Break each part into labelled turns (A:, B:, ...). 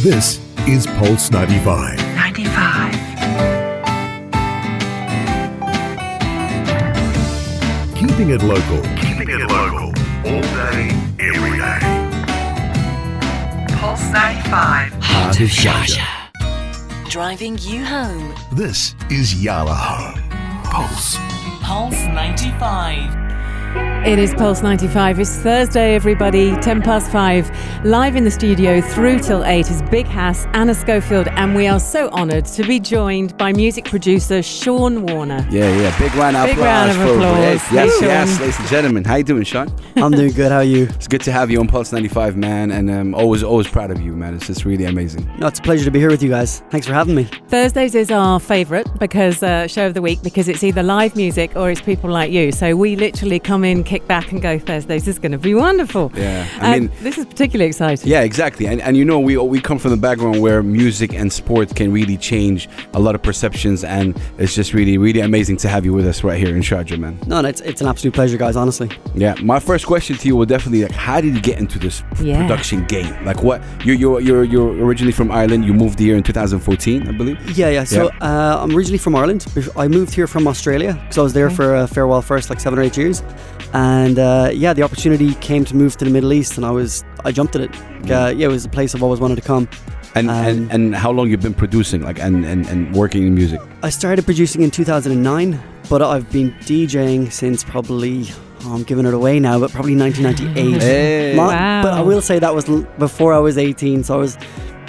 A: This is Pulse 95.
B: 95.
A: Keeping it local.
C: Keeping it local. All day, every day.
B: Pulse 95.
A: Heart of Shasha.
D: Driving you home.
A: This is Yala Home. Pulse.
E: Pulse 95.
F: It is Pulse 95. It's Thursday, everybody, 10 past 5. Live in the studio through till 8 is Big Hass, Anna Schofield, and we are so honoured to be joined by music producer Sean Warner.
G: Yeah, yeah. Big round of
F: Big
G: applause.
F: round of
G: for
F: applause.
G: Yes,
F: Hey,
G: yes,
F: Sean.
G: yes, ladies and gentlemen. How you doing, Sean?
H: I'm doing good. How are you?
G: It's good to have you on Pulse 95, man. And um, always, always proud of you, man. It's just really amazing.
H: No, it's a pleasure to be here with you guys. Thanks for having me.
F: Thursdays is our favourite because uh, show of the week because it's either live music or it's people like you. So we literally come in, kick back, and go. Thursdays is going to be wonderful.
G: Yeah, I
F: And
G: mean-
F: this is particularly exciting.
G: Yeah, exactly. And, and you know, we we come from the background where music and sport can really change a lot of perceptions, and it's just really, really amazing to have you with us right here in Sharjah, man.
H: No, no, it's, it's an absolute pleasure, guys, honestly.
G: Yeah, my first question to you will definitely like, how did you get into this p-
F: Yeah.
G: production game? Like, what you you you're you're originally from Ireland. You moved here in 2014, I believe.
H: Yeah, yeah. So Uh, I'm originally from Ireland. Bef- I moved here from Australia because I was there for a farewell first, like seven or eight years. And uh, yeah, the opportunity came to move to the Middle East, and I was I jumped at it. Uh, yeah, it was a place I've always wanted to come.
G: And,
H: Um,
G: and and how long you've been producing, like, and and and working in music?
H: I started producing in 2009, but I've been DJing since probably. oh, I'm giving it away now, but probably 1998.
G: Hey.
H: Ma-
F: Wow.
H: But I will say that was l- before I was 18, so I was,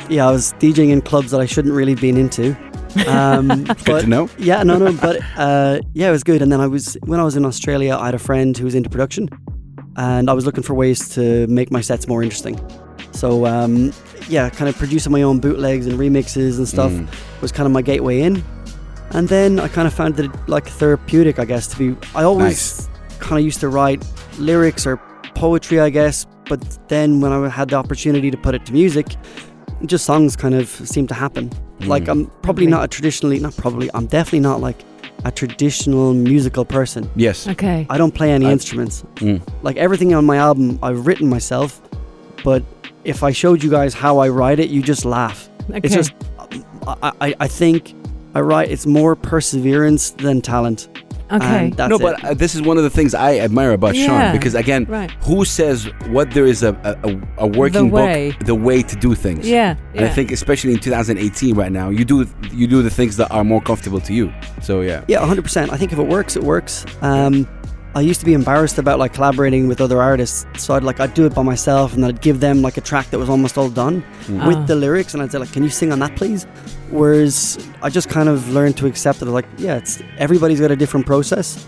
H: yeah, I was DJing in clubs that I shouldn't really have been into. Um, good
G: to know.
H: Yeah, no, no, but uh, yeah, it was good. And then I was when I was in Australia, I had a friend who was into production, and I was looking for ways to make my sets more interesting. So um, yeah, kind of producing my own bootlegs and remixes and stuff was kind of my gateway in. And then I kind of found it like therapeutic, I guess. To be, I always kind of used to write lyrics or poetry, I guess. But then when I had the opportunity to put it to music, just songs kind of seemed to happen. Like I'm probably not a traditionally, not probably, I'm definitely not like a traditional musical person.
G: Yes.
F: Okay.
H: I don't play any instruments.
G: Mm.
H: Like everything on my album, I've written myself. But if I showed you guys how I write it, you just laugh.
F: Okay.
H: It's just, I, I, I think I write. It's more perseverance than talent.
F: Okay.
H: And that's
G: no,
H: it.
G: but uh, this is one of the things I admire about
F: Yeah,
G: Sean because again,
F: right.
G: who says what there is a a- a, a working
F: way.
G: book, the way to do things.
F: Yeah,
G: and I
F: yeah.
G: think especially in 2018 right now, you do you do the things that are more comfortable to you. So yeah,
H: Yeah, 100%. I think if it works, it works. Um, I used to be embarrassed about like collaborating with other artists, so I'd like I'd do it by myself, and I'd give them like a track that was almost all done with the lyrics, and I'd say like, "Can you sing on that, please?" Whereas I just kind of learned to accept that like, yeah, it's everybody's got a different process,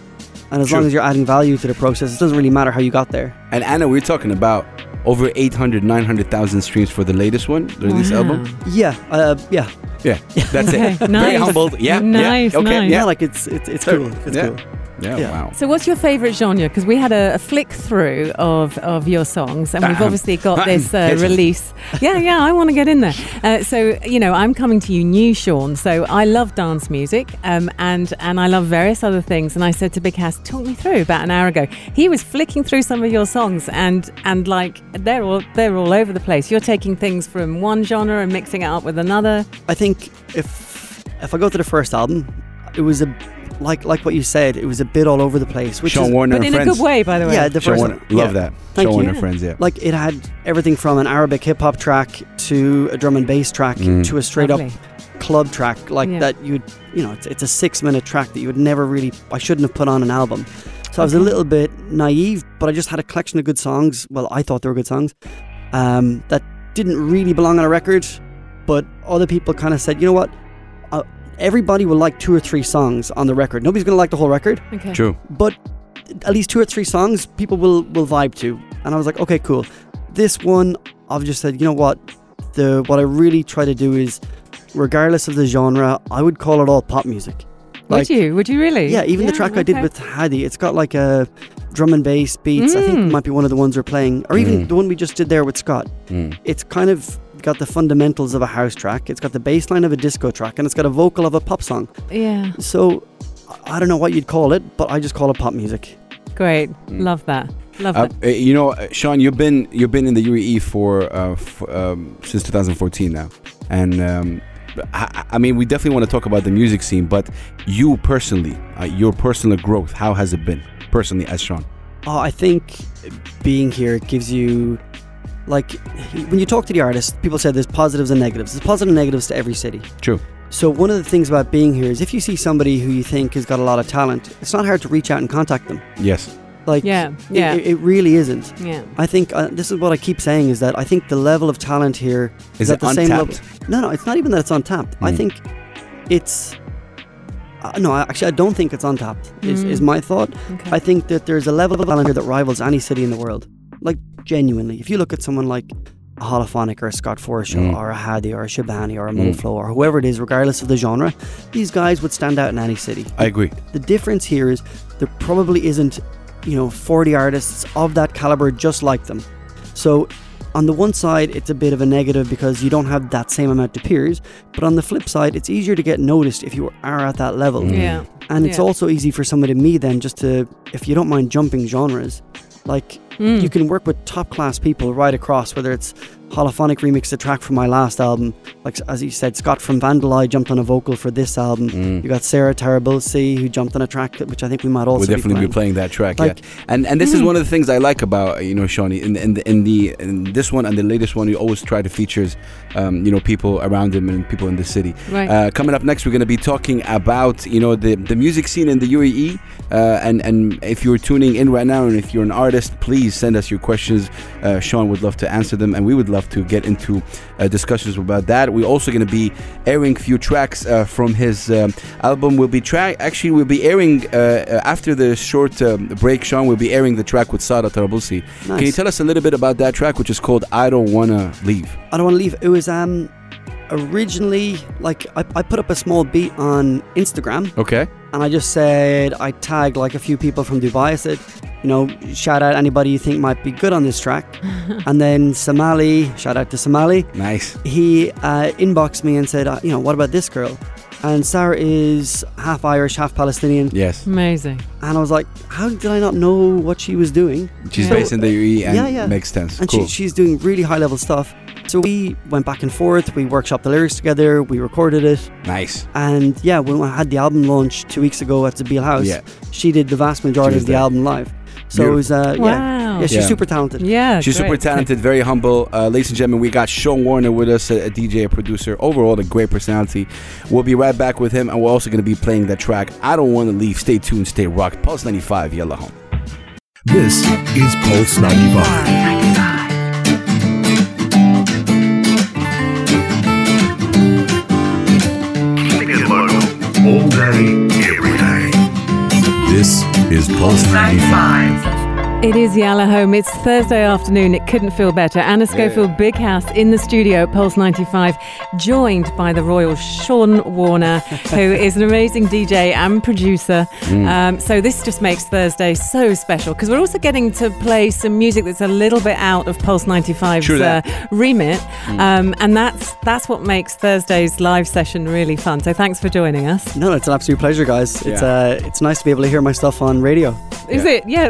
H: and as
G: True.
H: long as you're adding value to the process, it doesn't really matter how you got there.
G: And Anna, we are talking about over 800, 900,000 streams for the latest one, the release
F: Wow.
G: album.
H: Yeah, uh, yeah,
G: Yeah, that's it.
F: Okay,
G: Very
F: nice.
G: humbled. Yeah,
F: Nice,
G: yeah. Okay,
F: nice.
H: yeah,
G: yeah,
H: like it's it's it's cool. It's
G: yeah.
H: cool.
G: yeah,
H: Yeah.
G: Wow.
F: So, what's your favourite genre? Because we had a, a flick through of, of your songs, and we've
G: Ahem.
F: obviously got
G: Ahem.
F: this uh,
G: Yes.
F: release. Yeah, yeah, I want to get in there. Uh, so, you know, I'm coming to you new, Sean. So, I love dance music, um, and and I love various other things. And I said to Big Hass, talk me through about an hour ago. He was flicking through some of your songs, and and like they're all they're all over the place. You're taking things from one genre and mixing it up with another.
H: I think if if I go to the first album, it was a like like what you said, it was a bit all over the place. Which
G: Sean
H: is,
G: Warner
F: But in
G: and Friends.
F: a good way, by the way.
H: Yeah, the
G: Sean
H: first
G: Warner,
H: one.
G: love
H: Yeah.
G: that.
H: Thank
G: Sean
H: you.
G: Warner and Friends. Yeah.
H: Like it had everything from an Arabic hip hop track to a drum and bass track to a straight
F: Lovely.
H: up club track like
F: Yeah.
H: that you'd you know, it's, it's a six minute track that you would never really I shouldn't have put on an album. So I was a little bit naive, but I just had a collection of good songs. Well, I thought they were good songs. Um, that didn't really belong on a record, but other people kind of said, you know what? Uh, everybody will like two or three songs on the record. Nobody's going to like the whole record
F: Okay.
G: True.
H: but at least two or three songs people will will vibe to and i was like okay cool this one i've just said you know what the what i really try to do is regardless of the genre i would call it all pop music
F: Would you? Would you really?
H: yeah even the track i did
F: okay.
H: with hadi it's got like a drum and bass beats i think
F: Mm.
H: might be one of the ones we're playing or even the one we just did there with scott it's kind of got the fundamentals of a house track it's got the bass line of a disco track and it's got a vocal of a pop song
F: Yeah.
H: so I- i don't know what you'd call it but i just call it pop music
F: Great. Love that. Love
G: Mm. Uh,
F: that.
G: uh, you know, uh, Sean, you've been you've been in the UAE for uh, f- um, since 2014 now, and um, I, I mean, we definitely want to talk about the music scene. But you personally, uh, your personal growth, how has it been personally as Sean?
H: Oh, I think being here it gives you like when you talk to the artists, people say there's positives and negatives. There's positive and negatives to every city.
G: True.
H: So one of the things about being here is if you see somebody who you think has got a lot of talent, it's not hard to reach out and contact them.
G: Yes.
H: Like
F: Yeah,
H: it-
F: yeah.
H: It, it really isn't.
F: Yeah.
H: I think uh, this is what I keep saying is that I think the level of talent here
G: Is
H: at
G: it
H: the same level.
G: untapped?
H: No, no, it's not even that it's untapped. I
G: Mm.
H: think it's uh, no, I- actually, I don't think it's untapped. Is, is my thought.
F: Okay.
H: I think that there's a level of talent here that rivals any city in the world. Like genuinely, if you look at someone like a Holophonic or a Scott Forshaw
G: Mm.
H: or a Hadi or a Shabani
G: Hmm.
H: or a Moflo or whoever it is, regardless of the genre, these guys would stand out in any city.
G: I agree.
H: The difference here is there probably isn't, you know, 40 artists of that caliber just like them. So, on the one side, it's a bit of a negative because you don't have that same amount of peers. But on the flip side, it's easier to get noticed if you are at that level.
F: Yeah.
H: And it's
F: Yeah.
H: also easy for somebody to me then just to, if you don't mind jumping genres, like you can work with top class people right across, whether it's Holophonic remixed a track from my last album, like as you said, Scott from Vandalai jumped on a vocal for this album.
G: Hmm.
H: You got Sarah Tarabosi who jumped on a track that- which I think we might also
G: we'll definitely be
H: be
G: playing
H: playing.
G: that track
H: Like- hmm.
G: yeah and and this is one of the things i like about uh, you know shawnee in, in, the, in the in this one and the latest one you always try to features um, you know people around him and people in the city
F: Right.
G: uh, coming up next we're going to be talking about you know the, the music scene in the uae uh, and and if you're tuning in right now and if you're an artist please send us your questions uh, sean would love to answer them and we would love to get into uh, discussions about that we're also going to be airing few tracks uh, from his um, album will be track actually we'll be airing uh, uh, after the short um, break Sean will be airing the track with Sara Tarabusi can you
H: Nice.
G: tell us a little bit about that track which is called I Don't Wanna Leave
H: I don't want to leave. It was um, originally like I, I put up a small beat on Instagram
G: okay
H: and I just said I tagged like a few people from Dubai. I said, you know, shout out anybody you think might be good on this track. and then Somali, shout out to Somali.
G: nice
H: He uh, inboxed me and said, uh, you know, what about this girl? And Sarah is half Irish, half Palestinian.
G: yes
F: Amazing.
H: And I was like, how did I not know what she was doing?
G: she's
F: So-
G: based in the UAE and
H: Yeah, yeah.
G: makes sense
H: And
G: cool
H: she, she's doing really high level stuff. So we went back and forth, we workshopped the lyrics together, we recorded it.
G: nice
H: And yeah, when I had the album launch two weeks ago at the Beale House,
G: Yeah.
H: she did the vast majority
G: was
H: of the
G: there.
H: album live. So it was, uh,
F: Wow.
H: yeah, yeah, she's
G: Yeah.
H: super talented.
F: Yeah.
G: She's super
F: great.
G: talented, very humble. Uh, ladies and gentlemen, we got Sean Warner with us, a, a DJ, a producer, overall a great personality. We'll be right back with him, and we're also going to be playing that track. I don't want to leave. Stay tuned, stay rocked. Pulse 95, Yellow Home.
A: This is Pulse 95.
B: 95.
C: Keeping it local all day, every day.
A: This is Pulse 95.
B: 95.
F: It is Yala Home. It's Thursday afternoon. It couldn't feel better. Anna Schofield Big House in the studio at Pulse 95, joined by the royal Sean Warner, who is an amazing DJ and producer.
G: Mm.
F: Um, so this just makes Thursday so special because we're also getting to play some music that's a little bit out of Pulse 95's
G: True
F: uh,
G: that. Mm.
F: remit. Um, and that's, that's what makes Thursday's live session really fun. So thanks for joining us.
H: No, no, it's an absolute pleasure, guys. It's
G: Yeah.
H: uh, it's nice to be able to hear my stuff on radio.
F: Is
G: Yeah.
F: it? Yeah,